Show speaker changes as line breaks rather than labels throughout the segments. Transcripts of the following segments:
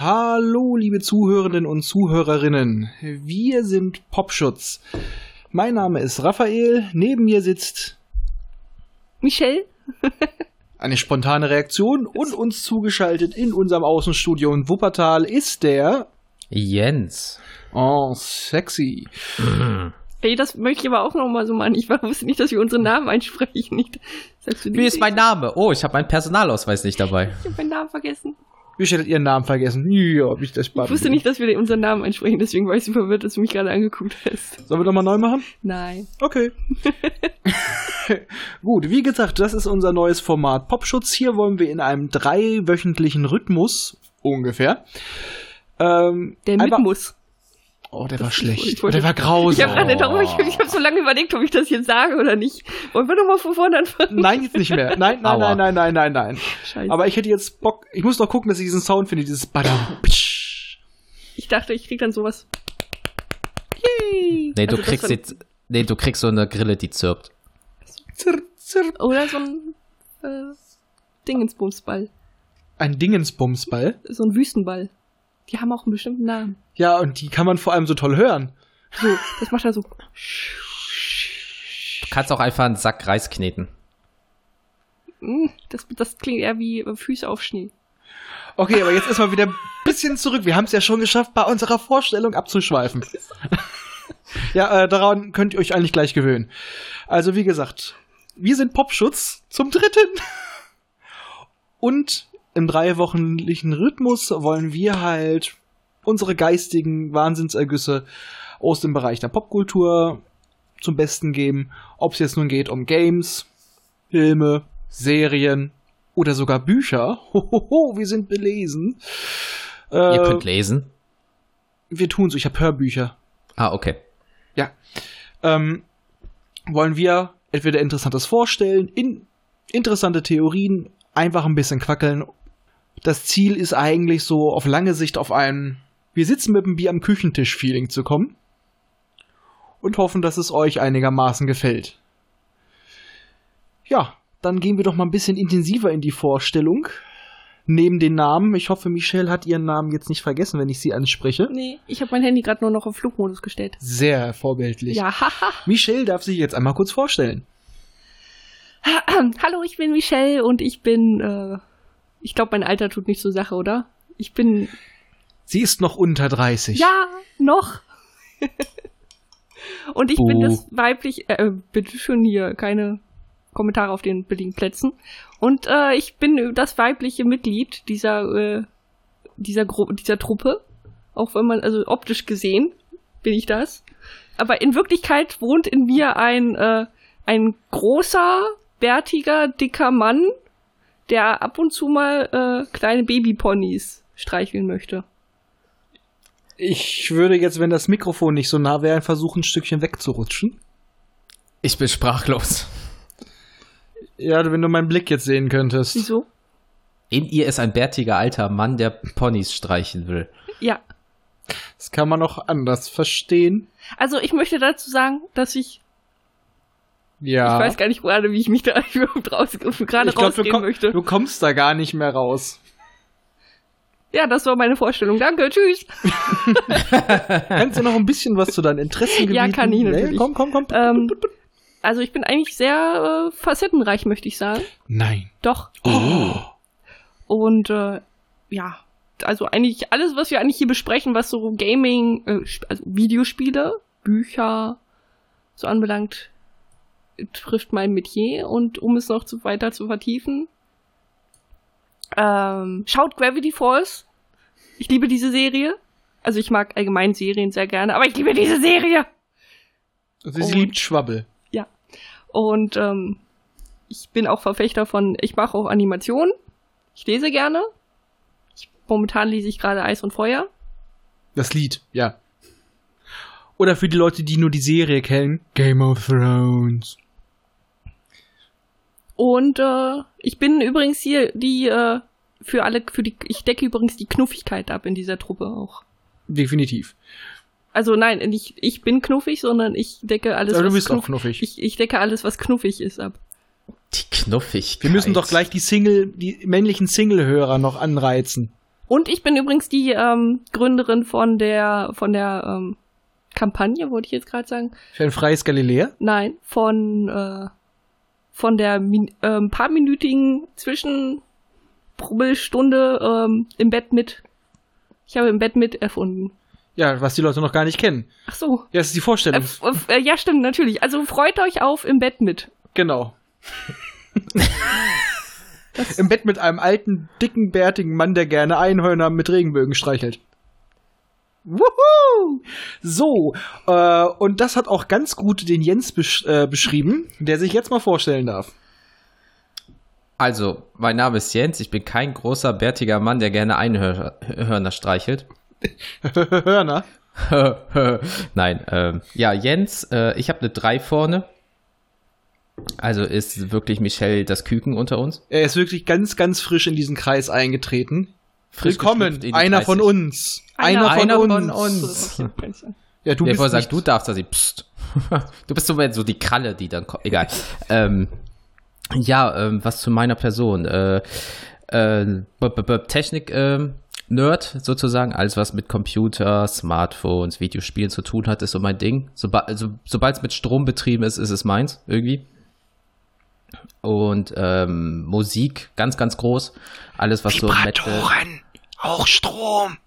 Hallo, liebe Zuhörenden und Zuhörerinnen. Wir sind Popschutz. Mein Name ist Raphael. Neben mir sitzt
Michelle?
eine spontane Reaktion und uns zugeschaltet in unserem Außenstudio in Wuppertal ist der.
Jens.
Oh, sexy.
Hey, das möchte ich aber auch nochmal so machen. Ich wusste nicht, dass wir unsere Namen einsprechen. Nicht, Selbst wenn
Wie
die-
ist mein Name? Oh, ich habe meinen Personalausweis nicht dabei.
Ich habe meinen Namen vergessen.
Wie hättet ihren Namen vergessen? Ja, hab ich das
Ich wusste nicht, dass wir den- unseren Namen einsprechen, deswegen war ich so verwirrt, dass du mich gerade angeguckt hast.
Sollen wir nochmal neu machen?
Nein.
Okay. Gut, wie gesagt, das ist unser neues Format Popschutz. Hier wollen wir in einem dreiwöchentlichen Rhythmus ungefähr. Ähm,
Der
einfach-
Mitmus.
Oh, der war
ist-
schlecht.
ich
Oh,
wollte-
der war
Ich habe
grausam.
gerade darum, ich, ich hab so lange überlegt, ob ich das jetzt sage oder nicht. Wollen wir nochmal von vorne anfangen?
Nein, jetzt nicht mehr. Nein, nein,
Aua.
nein, nein, nein, nein, nein.
Scheiße.
Aber ich hätte jetzt Bock. Ich muss noch gucken, dass ich diesen Sound finde, dieses Badam. Psch.
ich dachte, ich krieg dann sowas. Yay!
Nee,
Also
du
das
kriegst
von-
jetzt. Nee, du kriegst so eine Grille, die zirpt.
Zirr, zirr.
Oder so ein äh, Dingensbumsball.
Ein Dingensbumsball.
So ein Wüstenball. Die haben auch einen bestimmten Namen.
Ja, und die kann man vor allem so toll hören.
So, das macht er so.
Du kannst auch einfach einen Sack Reis kneten.
Mm, Das, das klingt eher wie äh, Füße auf Schnee.
Okay, aber jetzt erstmal wieder ein bisschen zurück. Wir haben es ja schon geschafft, bei unserer Vorstellung abzuschweifen. ja, äh, daran könnt ihr euch eigentlich gleich gewöhnen. Also, wie gesagt, wir sind Popschutz zum dritten. Und im dreiwöchentlichen Rhythmus wollen wir halt unsere geistigen Wahnsinnsergüsse aus dem Bereich der Popkultur zum Besten geben. Ob es jetzt nun geht um Games, Filme, Serien oder sogar Bücher. Hohoho, wir sind belesen. Äh,
Ihr könnt lesen.
wir tun's, ich habe Hörbücher.
Ah, okay.
Ähm, wollen wir entweder Interessantes vorstellen, in, interessante Theorien, einfach ein bisschen quackeln. Das Ziel ist eigentlich so auf lange Sicht auf ein Wir sitzen mit dem Bier am Küchentisch-Feeling zu kommen und hoffen, dass es euch einigermaßen gefällt. Ja, dann gehen wir doch mal ein bisschen intensiver in die Vorstellung. Neben den Namen. Ich hoffe, Michelle hat ihren Namen jetzt nicht vergessen, wenn ich sie anspreche.
Nee, ich habe mein Handy gerade nur noch auf Flugmodus gestellt.
Sehr vorbildlich.
Ja, haha.
Michelle darf sich jetzt einmal kurz vorstellen.
Hallo, ich bin Michelle und ich bin, äh, ich glaube, mein Alter tut nicht zur Sache, oder? Ich bin,
Sie ist noch unter 30.
ja, noch. und ich bin
Buh.
das weiblich, äh, bitte schön hier, keine Kommentare auf den billigen Plätzen. Und äh, ich bin das weibliche Mitglied dieser, äh, dieser Gruppe, dieser Truppe. Auch wenn man, also optisch gesehen, bin ich das. Aber in Wirklichkeit wohnt in mir ein, äh, ein großer, bärtiger, dicker Mann, der ab und zu mal äh, kleine Babyponys streicheln möchte.
Ich würde jetzt, wenn das Mikrofon nicht so nah wäre, versuchen, ein Stückchen wegzurutschen.
Ich bin sprachlos.
Ja, wenn du meinen Blick jetzt sehen könntest.
Wieso?
In ihr ist ein bärtiger alter Mann, der Ponys streichen will.
Ja.
Das kann man auch anders verstehen.
Also ich möchte dazu sagen, dass ich,
Ja.
ich weiß gar nicht gerade, wie ich mich da überhaupt raus, gerade
Ich glaub, du,
rausgehen
komm-
möchte.
du kommst da gar nicht mehr raus.
Ja, das war meine Vorstellung. Danke, tschüss.
Kannst du noch ein bisschen was zu deinen Interessengebieten?
Ja, kann ich natürlich.
komm, komm, komm.
Ähm, also ich bin eigentlich sehr äh, facettenreich, möchte ich sagen.
Nein.
Doch. Und äh, ja, also eigentlich alles, was wir eigentlich hier besprechen, was so Gaming, äh, Sp- also Videospiele, Bücher so anbelangt, äh, trifft mein Metier. Und um es noch zu, weiter zu vertiefen, ähm, schaut Gravity Falls. Ich liebe diese Serie. Also ich mag allgemein Serien sehr gerne, aber ich liebe diese Serie.
Also,
Und-
sie liebt Schwabbel.
Und ähm, ich bin auch Verfechter von, ich mache auch Animationen. Ich lese gerne. Ich, momentan lese ich gerade Eis und Feuer.
Das Lied, ja. Oder für die Leute, die nur die Serie kennen, Game of Thrones.
Und äh, ich bin übrigens hier die, äh, für alle, für die, ich decke übrigens die Knuffigkeit ab in dieser Truppe auch.
Definitiv.
Also nein, nicht ich bin knuffig, sondern ich decke alles,
Aber du
was
bist auch
knuff-
knuffig.
ich, ich decke alles, was knuffig ist ab.
Die Knuffigkeit.
Wir müssen doch gleich die Single, die männlichen Single-Hörer noch anreizen.
Und ich bin übrigens die ähm, Gründerin von der, von der ähm, Kampagne, wollte ich jetzt gerade sagen.
Für ein freies Galilea?
Nein, von, äh, von der min ähm, paarminütigen Zwischenprobelstunde ähm, im Bett mit. Ich habe im Bett mit erfunden.
Ja, was die Leute noch gar nicht kennen.
Ach so.
Ja, das ist die
Äh,
Vorstellung.
f- f- äh, ja, stimmt, natürlich. Also freut euch auf im Bett mit.
Genau. Im Bett mit einem alten, dicken, bärtigen Mann, der gerne Einhörner mit Regenbögen streichelt. Wuhu! So, äh, und das hat auch ganz gut den Jens besch äh, beschrieben, der sich jetzt mal vorstellen darf.
Also, mein Name ist Jens, ich bin kein großer, bärtiger Mann, der gerne Einhörner streichelt.
Hörner.
Nein, ähm, ja, Jens, äh, ich habe eine 3 vorne. Also ist wirklich Michelle das Küken unter uns.
Er ist wirklich ganz, ganz frisch in diesen Kreis eingetreten.
Frisch geschlüpft
Willkommen,
in die
einer von
30.
uns. Einer, von,
Einer
uns.
von
So,
uns.
das hab ich jetzt gar nicht
Ja, du
Du Der
bist
vorher
nicht,
sagt, du darfst das nicht. Psst. Du bist so, so die Kralle, die dann kommt. Egal. ähm, ja, ähm, was zu meiner Person. Äh, äh, b- b- b- Technik ähm, Nerd sozusagen, alles was mit Computer, Smartphones, Videospielen zu tun hat, ist so mein Ding. Soba also, Sobald es mit Strom betrieben ist, ist es meins irgendwie. Und ähm, Musik ganz, ganz groß. Alles was so äh, Metal.
auch Strom.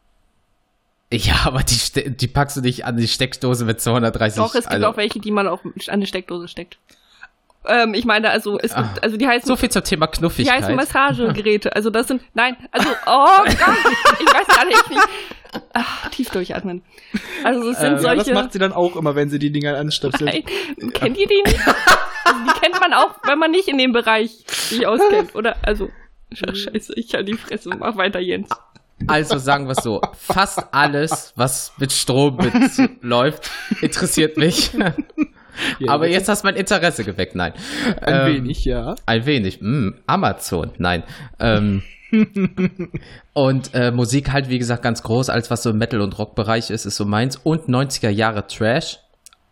Ja, aber die, ste- die packst du nicht an die Steckdose mit 230.
Doch, es gibt
also-
auch welche, die man auch an eine Steckdose steckt. Ähm, ich meine, also es gibt, also die heißen
So viel zum Thema
Die heißen
Knuffigkeit.
Massagegeräte. Also das sind, nein, also, oh Gott, ich weiß gerade echt nicht. Ach, tief durchatmen. Also es sind
Ähm,
Äh, Ja,
solche,
das macht sie dann auch immer, wenn sie die Dinger anstöpselt.
nein, kennt ihr die nicht? Also die kennt man auch, wenn man nicht in dem Bereich sich auskennt, oder? Also, ach, scheiße, ich halt die Fresse, mach weiter, Jens.
Also sagen wir es so, fast alles, was mit Strom mit läuft, interessiert mich.
Ja,
Aber jetzt hast mein Interesse geweckt, nein.
ein
Ähm,
wenig, ja.
Ein wenig. Mm, Amazon, nein. Ähm, und äh, Musik halt, wie gesagt, ganz groß. Alles, was so im Metal- und Rockbereich ist, ist so meins. Und 90er Jahre Trash.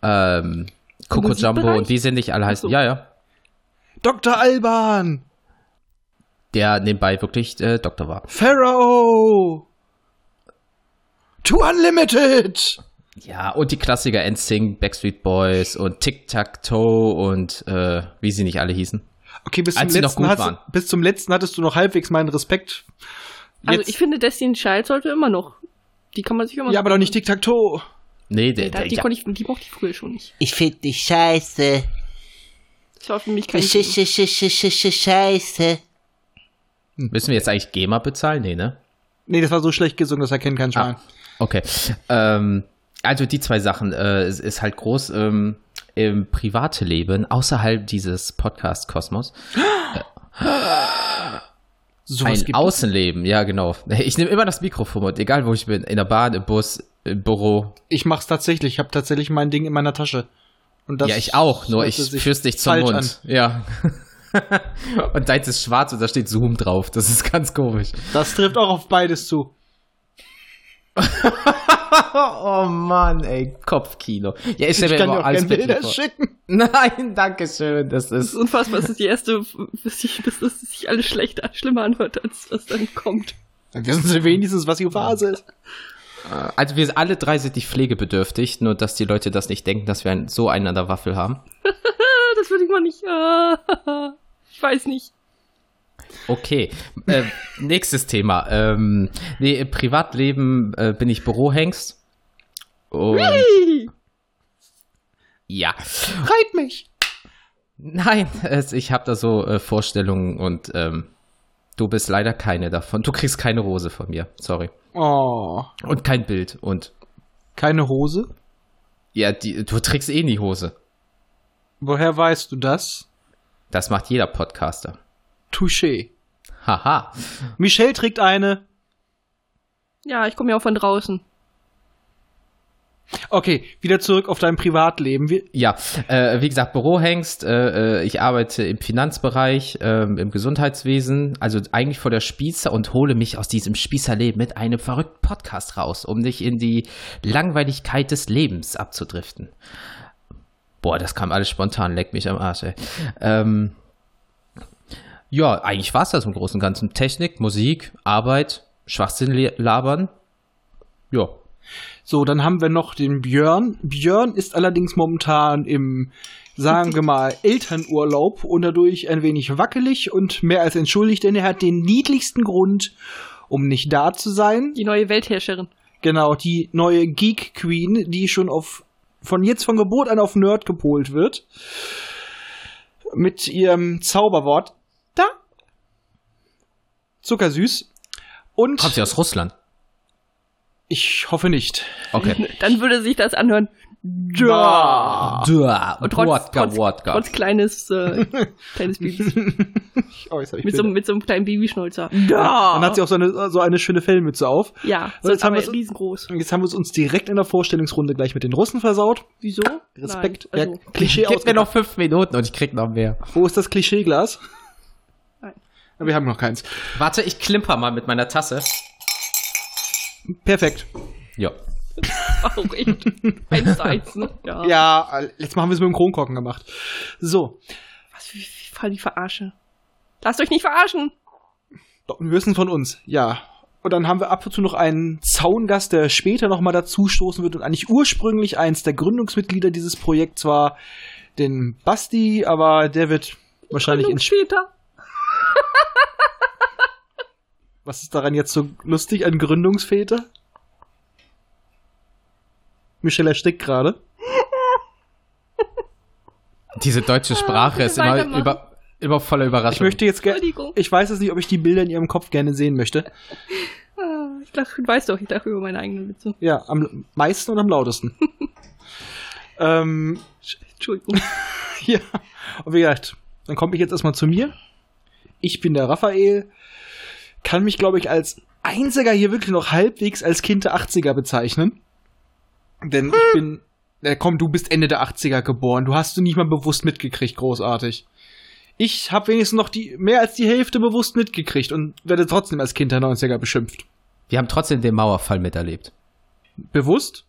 Ähm, Coco Jumbo
Musikbereich?
und wie sie nicht alle heißen.
Ach so.
Ja, ja.
Dr. Alban,
Der nebenbei wirklich äh, Doktor war.
Pharaoh, To Unlimited.
Ja, und die Klassiker NSYNC, Backstreet Boys und Tic-Tac-Toe und äh, wie sie nicht alle hießen.
Okay, bis zum,
Als sie noch
letzten
gut
hast,
waren.
bis zum letzten hattest du noch halbwegs meinen Respekt.
Also
Jetzt,
ich finde, Destiny's Child sollte immer noch, die kann man sich immer noch.
ja, aber doch nicht Tic-Tac-Toe.
Nee, der,
Nee, da-
der,
die,
ja,
konnte ich, die mochte ich früher schon nicht.
Ich find dich scheiße.
Das war für mich kein
Sch
Ding.
sch sch sch sch sch scheiße.
müssen wir jetzt eigentlich GEMA bezahlen? Nee, ne?
Nee, das war so schlecht gesungen, das erkennt kein Schwein.
Ah, okay. Ähm, also die zwei Sachen. Äh, es ist halt groß ähm, im private Leben, außerhalb dieses Podcast-Kosmos.
So
Ein Außenleben, ja genau. Ich nehme immer das Mikrofon mit, egal wo ich bin. In der Bahn, im Bus, im Büro.
Ich mach's tatsächlich. Ich habe tatsächlich mein Ding in meiner Tasche. Und das
ja, ich auch, nur
hörte
ich
sich
führ's dich zum
falsch
Mund. Ja. und deins ist schwarz und da steht Zoom drauf. Das ist ganz komisch.
an. Das trifft auch auf beides zu.
Oh Mann, ey, Kopfkino. Ja, ich
Ich
stelle mir
kann dir
immer
auch gerne
alles bildlich
Bilder
vor.
schicken.
Nein, danke schön. Das
Das
ist.
ist unfassbar, das ist die erste, dass ich- dass das sich alles schlechter, schlimmer anhört, als was dann kommt.
Dann wissen sie wenigstens, was die Vase ist.
Also wir alle drei sind nicht pflegebedürftig, nur dass die Leute das nicht denken, dass wir ein, so einen an der Waffel haben.
Ah, Das würde ich mal nicht. ah, Ich weiß nicht.
Okay. Äh, nächstes Thema. Ähm, nee, im Privatleben äh, bin ich Bürohengst. Und,
Ih,
ja.
Reit mich.
Nein, es, ich habe da so äh, Vorstellungen und ähm, du bist leider keine davon. Du kriegst keine Rose von mir. Sorry.
Oh.
Und kein Bild. Und
Keine Hose?
ja, die, du trägst eh nie Hose.
Woher weißt du das?
Das macht jeder Podcaster.
Touché.
Haha.
Michelle trägt eine.
Ja, ich komme ja auch von draußen.
Okay, wieder zurück auf dein Privatleben. Wir,
Ja, äh, wie gesagt, Bürohengst. Äh, äh, ich arbeite im Finanzbereich, ähm, im Gesundheitswesen, also eigentlich vor der Spießer und hole mich aus diesem Spießerleben mit einem verrückten Podcast raus, um nicht in die Langweiligkeit des Lebens abzudriften. Boah, das kam alles spontan, leck mich am Arsch, ey. Ähm, ja, eigentlich war es das im Großen und Ganzen. Technik, Musik, Arbeit, Schwachsinn le- labern. Ja.
So, dann haben wir noch den Björn. Björn ist allerdings momentan im, sagen wir mal, Elternurlaub und dadurch ein wenig wackelig und mehr als entschuldigt, denn er hat den niedlichsten Grund, um nicht da zu sein.
Die neue Weltherrscherin.
Genau, die neue Geek Queen, die schon auf von jetzt von Geburt an auf Nerd gepolt wird. Mit ihrem Zauberwort. Da. Zuckersüß. Und
Kommt sie aus Russland?
ich hoffe nicht.
Okay.
Dann würde sich das anhören.
Ja.
Dua,
Und trotz,
Wodka,
trotz,
Wodka.
trotz kleines, äh, kleines Babys.
Oh, Ich äußere mich
Mit so,
bitte.
einem- mit so einem kleinen Babyschnäuzer.
Dann hat sie auch so eine, so eine schöne Fellmütze auf.
Ja,
So,
so
jetzt haben
aber
wir's-
riesengroß.
Und jetzt haben wir es uns direkt in der Vorstellungsrunde gleich mit den Russen versaut.
Wieso?
Respekt.
Nein,
ja,
also,
Klischee
Gib mir
ausgepackt.
noch fünf Minuten und ich krieg noch mehr.
Wo ist das Klischeeglas?
Nein.
Ja, Wir haben noch keins.
Warte, ich klimper mal mit meiner Tasse.
Perfekt.
Ja.
auch also, oh, echt. Eins zu eins, ne? Ja.
Ja, äh, jetzt machen wir es mit dem Kronkorken gemacht. So,
Was, wie, wie voll die Verarsche. Lasst euch nicht verarschen.
doch, wir wissen von uns, ja. Und dann haben wir ab und zu noch einen Zaungast, der später nochmal dazustoßen wird und eigentlich ursprünglich eins der Gründungsmitglieder dieses Projekts war, den Basti, aber der wird wahrscheinlich
Nun
ins
später.
Was ist daran jetzt so lustig an Gründungsväter? Michelle erstickt gerade.
Diese deutsche Sprache
Ah, bitte
ist immer,
weitermachen.
über, immer voller Überraschung.
Ich möchte jetzt gerne.
Entschuldigung.
Ich weiß es nicht, ob ich die Bilder in ihrem Kopf gerne sehen möchte.
Ah, Ich lach, du weißt doch, ich lache über meine eigenen Witze.
Ja, am meisten und am lautesten. ähm,
Entschuldigung.
ja. Und wie gesagt, dann komme ich jetzt erstmal zu mir. Ich bin der Raphael. Kann mich, glaube ich, als einziger hier wirklich noch halbwegs als Kind der 80er bezeichnen. Denn ich bin. Äh, komm, du bist Ende der 80er geboren. Du hast du nicht mal bewusst mitgekriegt, großartig. Ich habe wenigstens noch die mehr als die Hälfte bewusst mitgekriegt und werde trotzdem als Kind der 90er beschimpft.
Wir haben trotzdem den Mauerfall miterlebt.
Bewusst?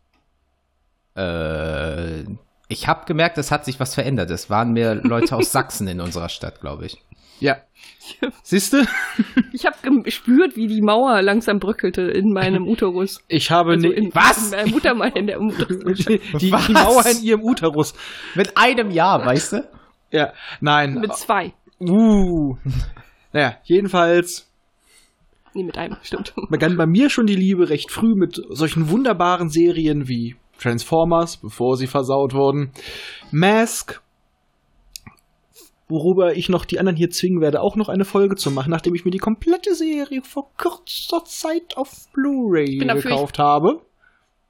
Äh, ich habe gemerkt, es hat sich was verändert. Es waren mehr Leute aus Sachsen in unserer Stadt, glaube ich.
Ja. Siehste?
Ich habe gespürt, wie die Mauer langsam bröckelte in meinem Uterus.
Ich habe
Also
ne-
in,
Was?
In meinem Muttermal in der Uterus.
die, die
Was?
Mauer in ihrem Uterus.
Mit einem Jahr, weißt du?
Ja, nein.
Mit zwei.
Uh. Naja, jedenfalls
Nee, mit einem, stimmt.
begann bei mir schon die Liebe recht früh mit solchen wunderbaren Serien wie Transformers, bevor sie versaut wurden, Mask, worüber ich noch die anderen hier zwingen werde, auch noch eine Folge zu machen, nachdem ich mir die komplette Serie vor kurzer Zeit auf Blu-ray
bin dafür,
gekauft habe.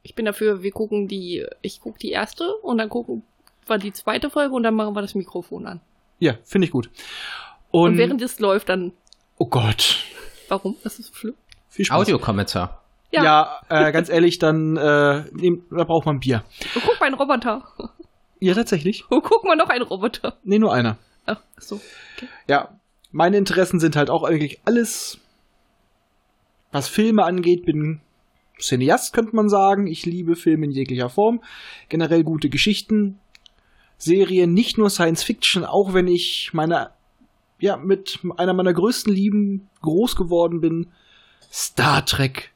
Ich bin dafür, wir gucken die, ich guck die erste und dann gucken wir die zweite Folge und dann machen wir das Mikrofon an.
Ja, finde ich gut.
Und,
Und,
während es läuft, dann,
oh Gott,
warum? Das ist so schlimm.
viel Spaß.
Audiokommentar.
Ja,
Ja, äh, ganz ehrlich, dann äh, nehm, da braucht man Bier.
Oh, guck mal, ein Roboter.
Ja, tatsächlich.
Oh, guck mal, noch ein Roboter.
Nee, nur einer.
Ach so.
Ja, meine Interessen sind halt auch eigentlich alles, was Filme angeht, bin Cineast, könnte man sagen. Ich liebe Filme in jeglicher Form. Generell gute Geschichten, Serien, nicht nur Science Fiction, auch wenn ich meine, ja, mit einer meiner größten Lieben groß geworden bin. Star Trek,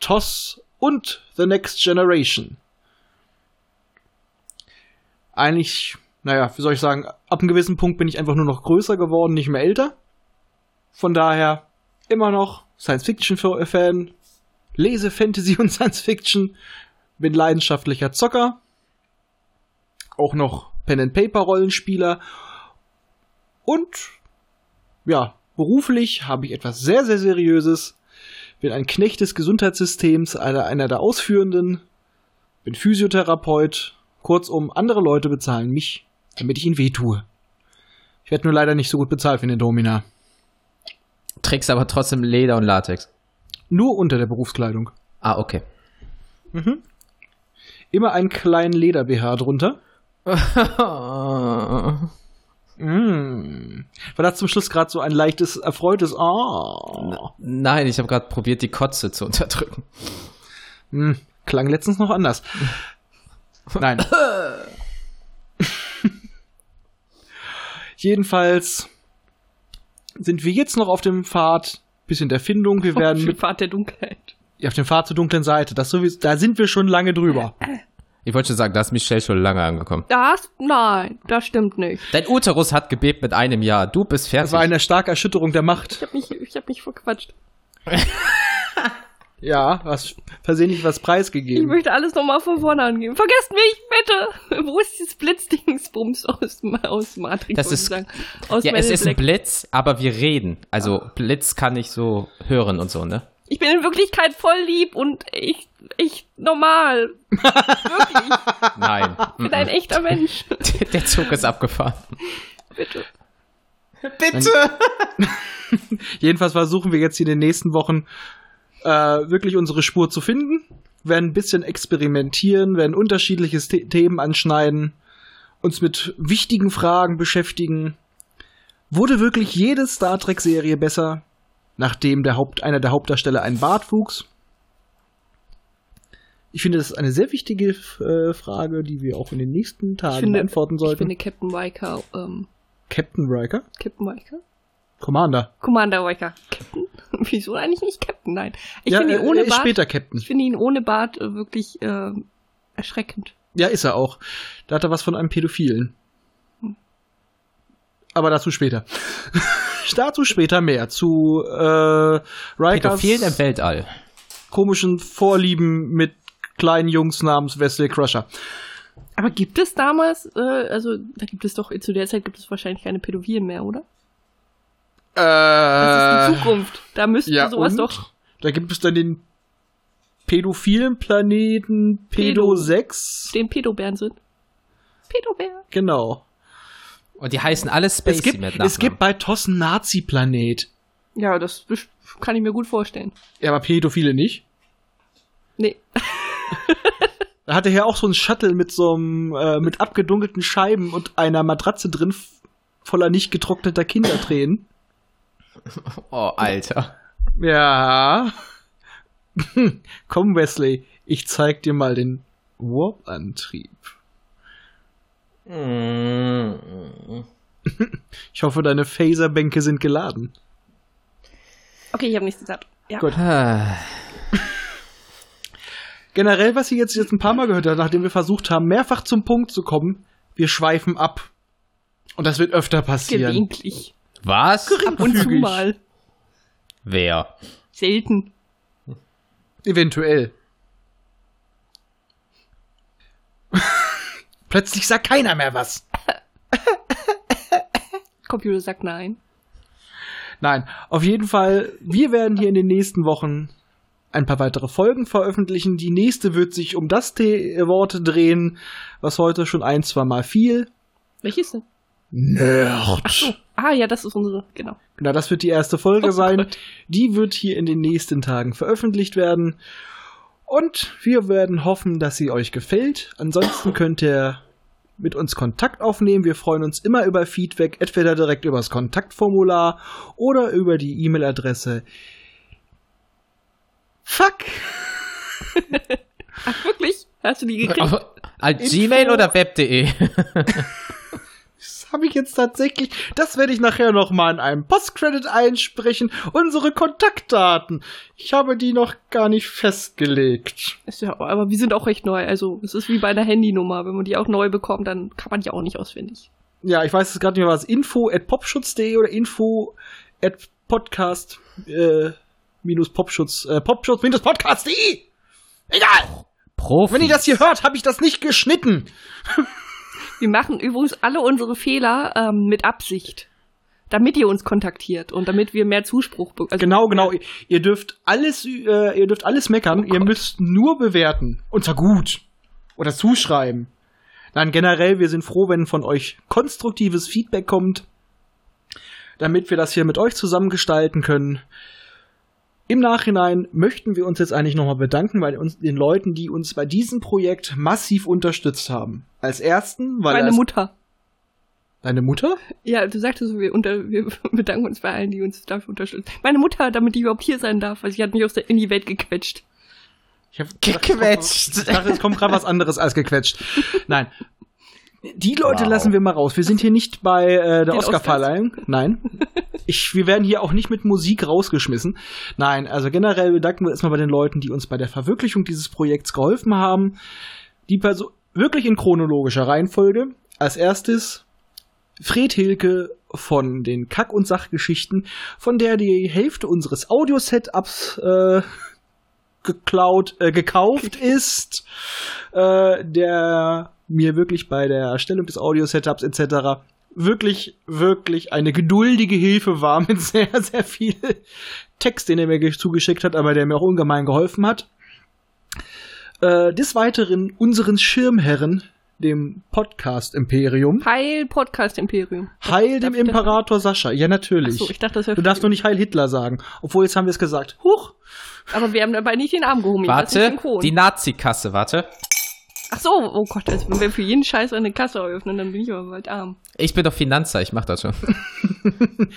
TOS und The Next Generation. Eigentlich, naja, wie soll ich sagen, ab einem gewissen Punkt bin ich einfach nur noch größer geworden, nicht mehr älter. Von daher immer noch Science-Fiction-Fan, lese Fantasy und Science-Fiction, bin leidenschaftlicher Zocker, auch noch Pen-and-Paper-Rollenspieler und ja, beruflich habe ich etwas sehr, sehr Seriöses, bin ein Knecht des Gesundheitssystems, einer, einer der Ausführenden, bin Physiotherapeut, kurzum, andere Leute bezahlen mich, damit ich ihnen weh tue. Ich werde nur leider nicht so gut bezahlt wie eine Domina.
Trägst aber trotzdem Leder und Latex.
Nur unter der Berufskleidung.
Ah, okay.
Immer einen kleinen Leder-BH drunter. Mm. War das zum Schluss gerade so ein leichtes, erfreutes Oh.
Nein, ich habe gerade probiert, die Kotze zu unterdrücken.
Mm. Klang letztens noch anders. Nein. Jedenfalls sind wir jetzt noch auf dem Pfad bisschen der Findung. Wir werden
Auf
mit,
dem Pfad der Dunkelheit.
ja, auf dem Pfad zur dunklen Seite. Das sowieso, da sind wir schon lange drüber.
Ich wollte schon sagen, da ist Michelle schon lange angekommen.
Das, nein, das stimmt nicht.
Dein Uterus hat gebebt mit einem Jahr. Du bist
Das
fertig.
war eine starke Erschütterung der Macht.
Ich hab mich, ich hab mich verquatscht.
Ja, was versehentlich was
Ich
preisgegeben.
möchte alles nochmal von vorne angeben. Vergesst mich, bitte! Wo ist dieses Blitzdingsbums aus, aus Matrix?
Das
wollte ich
ist-
sagen. Aus
ja,
Men
es
in
ist ein
Black.
Blitz, aber wir reden. Also
Ah.
Blitz kann ich so hören und so, ne?
Ich bin in Wirklichkeit voll lieb und ich, ich normal. Wirklich, ich
Nein. Mm,
bin ein echter Mensch.
Der Zug ist abgefahren.
Bitte.
Jedenfalls versuchen wir jetzt in den nächsten Wochen äh, wirklich unsere Spur zu finden. Werden ein bisschen experimentieren, werden unterschiedliche The Themen anschneiden, uns mit wichtigen Fragen beschäftigen. Wurde wirklich jede Star Trek-Serie besser, nachdem der Haupt, einer der Hauptdarsteller einen Bart wuchs? Ich finde, das ist eine sehr wichtige äh, Frage, die wir auch in den nächsten Tagen
finde-
beantworten
Ich
sollten.
bin Captain Riker, ähm,
Captain Riker?
Captain Riker?
Commander.
Commander Riker. Captain? Wieso eigentlich nicht Captain? Nein. Ich
ja,
finde ihn
er-
ohne
er ist
Bart,
später Captain.
ich finde ihn ohne Bart äh, wirklich, äh, erschreckend.
Ja, ist er auch. Da hat er was von einem Pädophilen. Aber dazu später. dazu später mehr. Zu äh,
Pädophilen
Rikers
im Weltall.
komischen Vorlieben mit kleinen Jungs namens Wesley Crusher.
Aber gibt es damals, äh, also da gibt es doch, zu der Zeit gibt es wahrscheinlich keine Pädophilen mehr, oder? Das ist die
Äh,
Zukunft. Da müsste sowas
und?
doch.
Da gibt es dann den pädophilen Planeten Pedo
Pedo.
6.
Den Pedobären sind. Pedobär.
Genau.
Und die heißen alle Spacey
Es gibt,
mit
es gibt bei Tossen Nazi-Planet.
Ja, das best- kann ich mir gut vorstellen.
Ja, aber Pädophile nicht.
Nee.
Da hatte er auch so ein Shuttle mit so einem, äh, mit abgedunkelten Scheiben und einer Matratze drin, f- voller nicht getrockneter Kindertränen.
Oh, Alter.
Ja. Komm, Wesley, ich zeig dir mal den Warp-Antrieb. Mm. Ich hoffe, deine Phaserbänke sind geladen.
Okay, ich habe nichts gesagt. Ja.
Gut. Generell, was ihr jetzt, jetzt ein paar Mal gehört habt, nachdem wir versucht haben, mehrfach zum Punkt zu kommen, wir schweifen ab. Und das wird öfter passieren.
Gelegentlich.
Was?
Ab und zu
Geringfügig.
mal.
Wer?
Selten.
Eventuell. Plötzlich sagt keiner mehr was.
Computer sagt nein.
Nein, auf jeden Fall, wir werden hier in den nächsten Wochen ein paar weitere Folgen veröffentlichen. Die nächste wird sich um das T Wort drehen, was heute schon ein, zwei Mal fiel.
Welches denn?
Nerd.
Ah ja, das ist unsere, genau.
Genau, das wird die erste Folge
Oh
sein.
Gott.
Die wird hier in den nächsten Tagen veröffentlicht werden. Und wir werden hoffen, dass sie euch gefällt. Ansonsten könnt ihr mit uns Kontakt aufnehmen. Wir freuen uns immer über Feedback, entweder direkt über das Kontaktformular oder über die E-Mail-Adresse. Fuck!
Ach, wirklich? Hast du die gekriegt?
Auf- Als Gmail oder web.de?
Das habe ich jetzt tatsächlich. Das werde ich nachher noch mal in einem Postcredit einsprechen. Unsere Kontaktdaten. Ich habe die noch gar nicht festgelegt.
Ist ja, aber wir sind auch recht neu. Also es ist wie bei einer Handynummer. Wenn man die auch neu bekommt, dann kann man die auch nicht auswendig.
ja, ich weiß es gerade nicht mehr, was info at popschutz.de oder info at podcast äh, minus popschutz, äh, popschutz minus podcast.de. Egal!
Profi.
Wenn ihr das hier hört, habe ich das nicht geschnitten.
Wir machen übrigens alle unsere Fehler ähm, mit Absicht. Damit ihr uns kontaktiert und damit wir mehr Zuspruch bekommen. Also,
Genau, genau. Ihr- Ihr dürft alles, äh, ihr dürft alles meckern. ihr müsst nur bewerten. Und zwar gut. Oder zuschreiben. Nein, generell, wir sind froh, wenn von euch konstruktives Feedback kommt, damit wir das hier mit euch zusammengestalten können. Im Nachhinein möchten wir uns jetzt eigentlich nochmal bedanken bei uns, den Leuten, die uns bei diesem Projekt massiv unterstützt haben. Als ersten, weil
meine
als,
Mutter.
deine Mutter?
Ja, du sagtest, wir, unter, wir bedanken uns bei allen, die uns dafür unterstützen. Meine Mutter, damit ich überhaupt hier sein darf, weil sie hat mich aus der, in die Welt gequetscht.
Ich hab
Gequetscht.
Ich dachte, es kommt gerade was anderes als gequetscht. Nein. Die Leute
Wow.
lassen wir mal raus. Wir sind hier nicht bei äh, der
Den
Oscar-Verleihung. Nein. Ich, wir werden hier auch nicht mit Musik rausgeschmissen. Nein, also generell bedanken wir uns mal bei den Leuten, die uns bei der Verwirklichung dieses Projekts geholfen haben. Die Person wirklich in chronologischer Reihenfolge. Als erstes Fred Hilke von den Kack- und Sachgeschichten, von der die Hälfte unseres Audio-Setups äh, geklaut, äh, gekauft ist, äh, der mir wirklich bei der Erstellung des Audio-Setups etc. wirklich, wirklich eine geduldige Hilfe war mit sehr, sehr viel Text, den er mir ge- zugeschickt hat, aber der mir auch ungemein geholfen hat. Äh, des Weiteren unseren Schirmherren, dem Podcast-Imperium.
Heil Podcast Imperium.
Heil dem
Darf ich das-
Imperator Sascha. Ja, natürlich.
Achso, ich dachte, das wäre
du darfst nur nicht Heil Hitler sagen. Obwohl, jetzt haben wir es gesagt. Huch!
Aber wir haben dabei nicht den Arm gehoben.
Warte, die Nazi-Kasse, warte.
Ach so, oh Gott, also wenn wir für jeden Scheiß eine Kasse eröffnen, dann bin ich aber bald arm.
Ich bin doch Finanzer, ich mach das schon.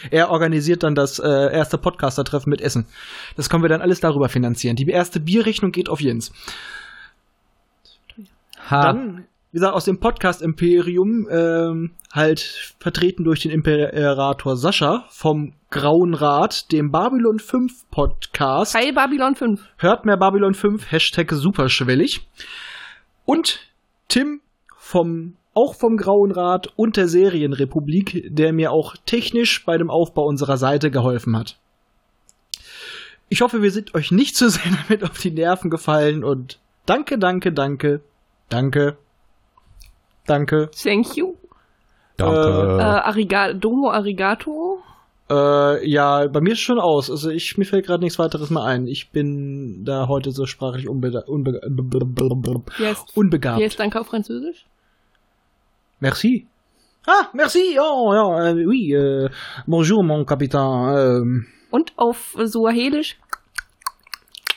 Er organisiert dann das äh, erste Podcaster-Treffen mit Essen. Das können wir dann alles darüber finanzieren. Die erste Bierrechnung geht auf Jens.
Ha.
Dann, wie gesagt, aus dem Podcast-Imperium, ähm, halt vertreten durch den Imperator Sascha vom Grauen Rat, dem Babylon 5 Podcast.
Heil Babylon 5.
Hört mehr Babylon 5, Hashtag superschwellig. Und Tim vom, auch vom Grauen Rat und der Serienrepublik, der mir auch technisch bei dem Aufbau unserer Seite geholfen hat. Ich hoffe, wir sind euch nicht zu sehr damit auf die Nerven gefallen und danke, danke, danke, danke, danke.
Thank you. Äh,
Danke.
Ariga Domo Arigato.
Äh, ja, bei mir ist schon aus. Also ich mir fällt gerade nichts weiteres mehr ein. Ich bin da heute so sprachlich unbe unbe
Wie heißt,
unbegabt.
wie heißt danke auf Französisch?
Merci. Ah, merci. Oh, ja, äh, oui. Äh, bonjour, mon Capitaine. Ähm,
Und auf Suahelisch?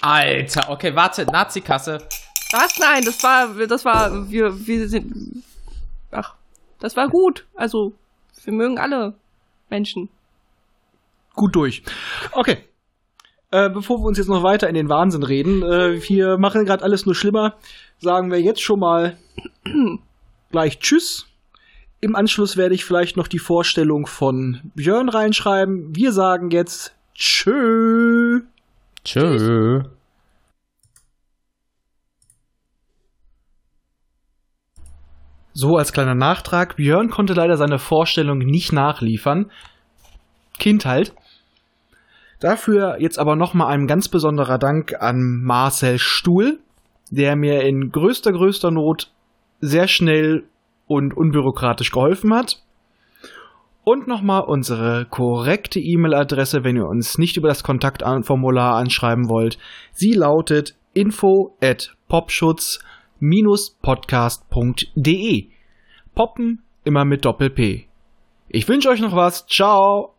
Alter, okay, warte, Nazi-Kasse.
Was? Nein, das war, das war, wir, wir sind, ach, das war gut. Also, wir mögen alle Menschen.
gut durch. Okay. Äh, bevor wir uns jetzt noch weiter in den Wahnsinn reden, äh, wir machen gerade alles nur schlimmer, sagen wir jetzt schon mal gleich Tschüss. Im Anschluss werde ich vielleicht noch die Vorstellung von Björn reinschreiben. Wir sagen jetzt Tschö.
Tschö.
So als kleiner Nachtrag, Björn konnte leider seine Vorstellung nicht nachliefern. Kind halt. Dafür jetzt aber nochmal ein ganz besonderer Dank an Marcel Stuhl, der mir in größter, größter Not sehr schnell und unbürokratisch geholfen hat. Und nochmal unsere korrekte E-Mail-Adresse, wenn ihr uns nicht über das Kontaktformular anschreiben wollt. Sie lautet info at popschutz-podcast.de. Poppen immer mit Doppel-P. Ich wünsche euch noch was. Ciao.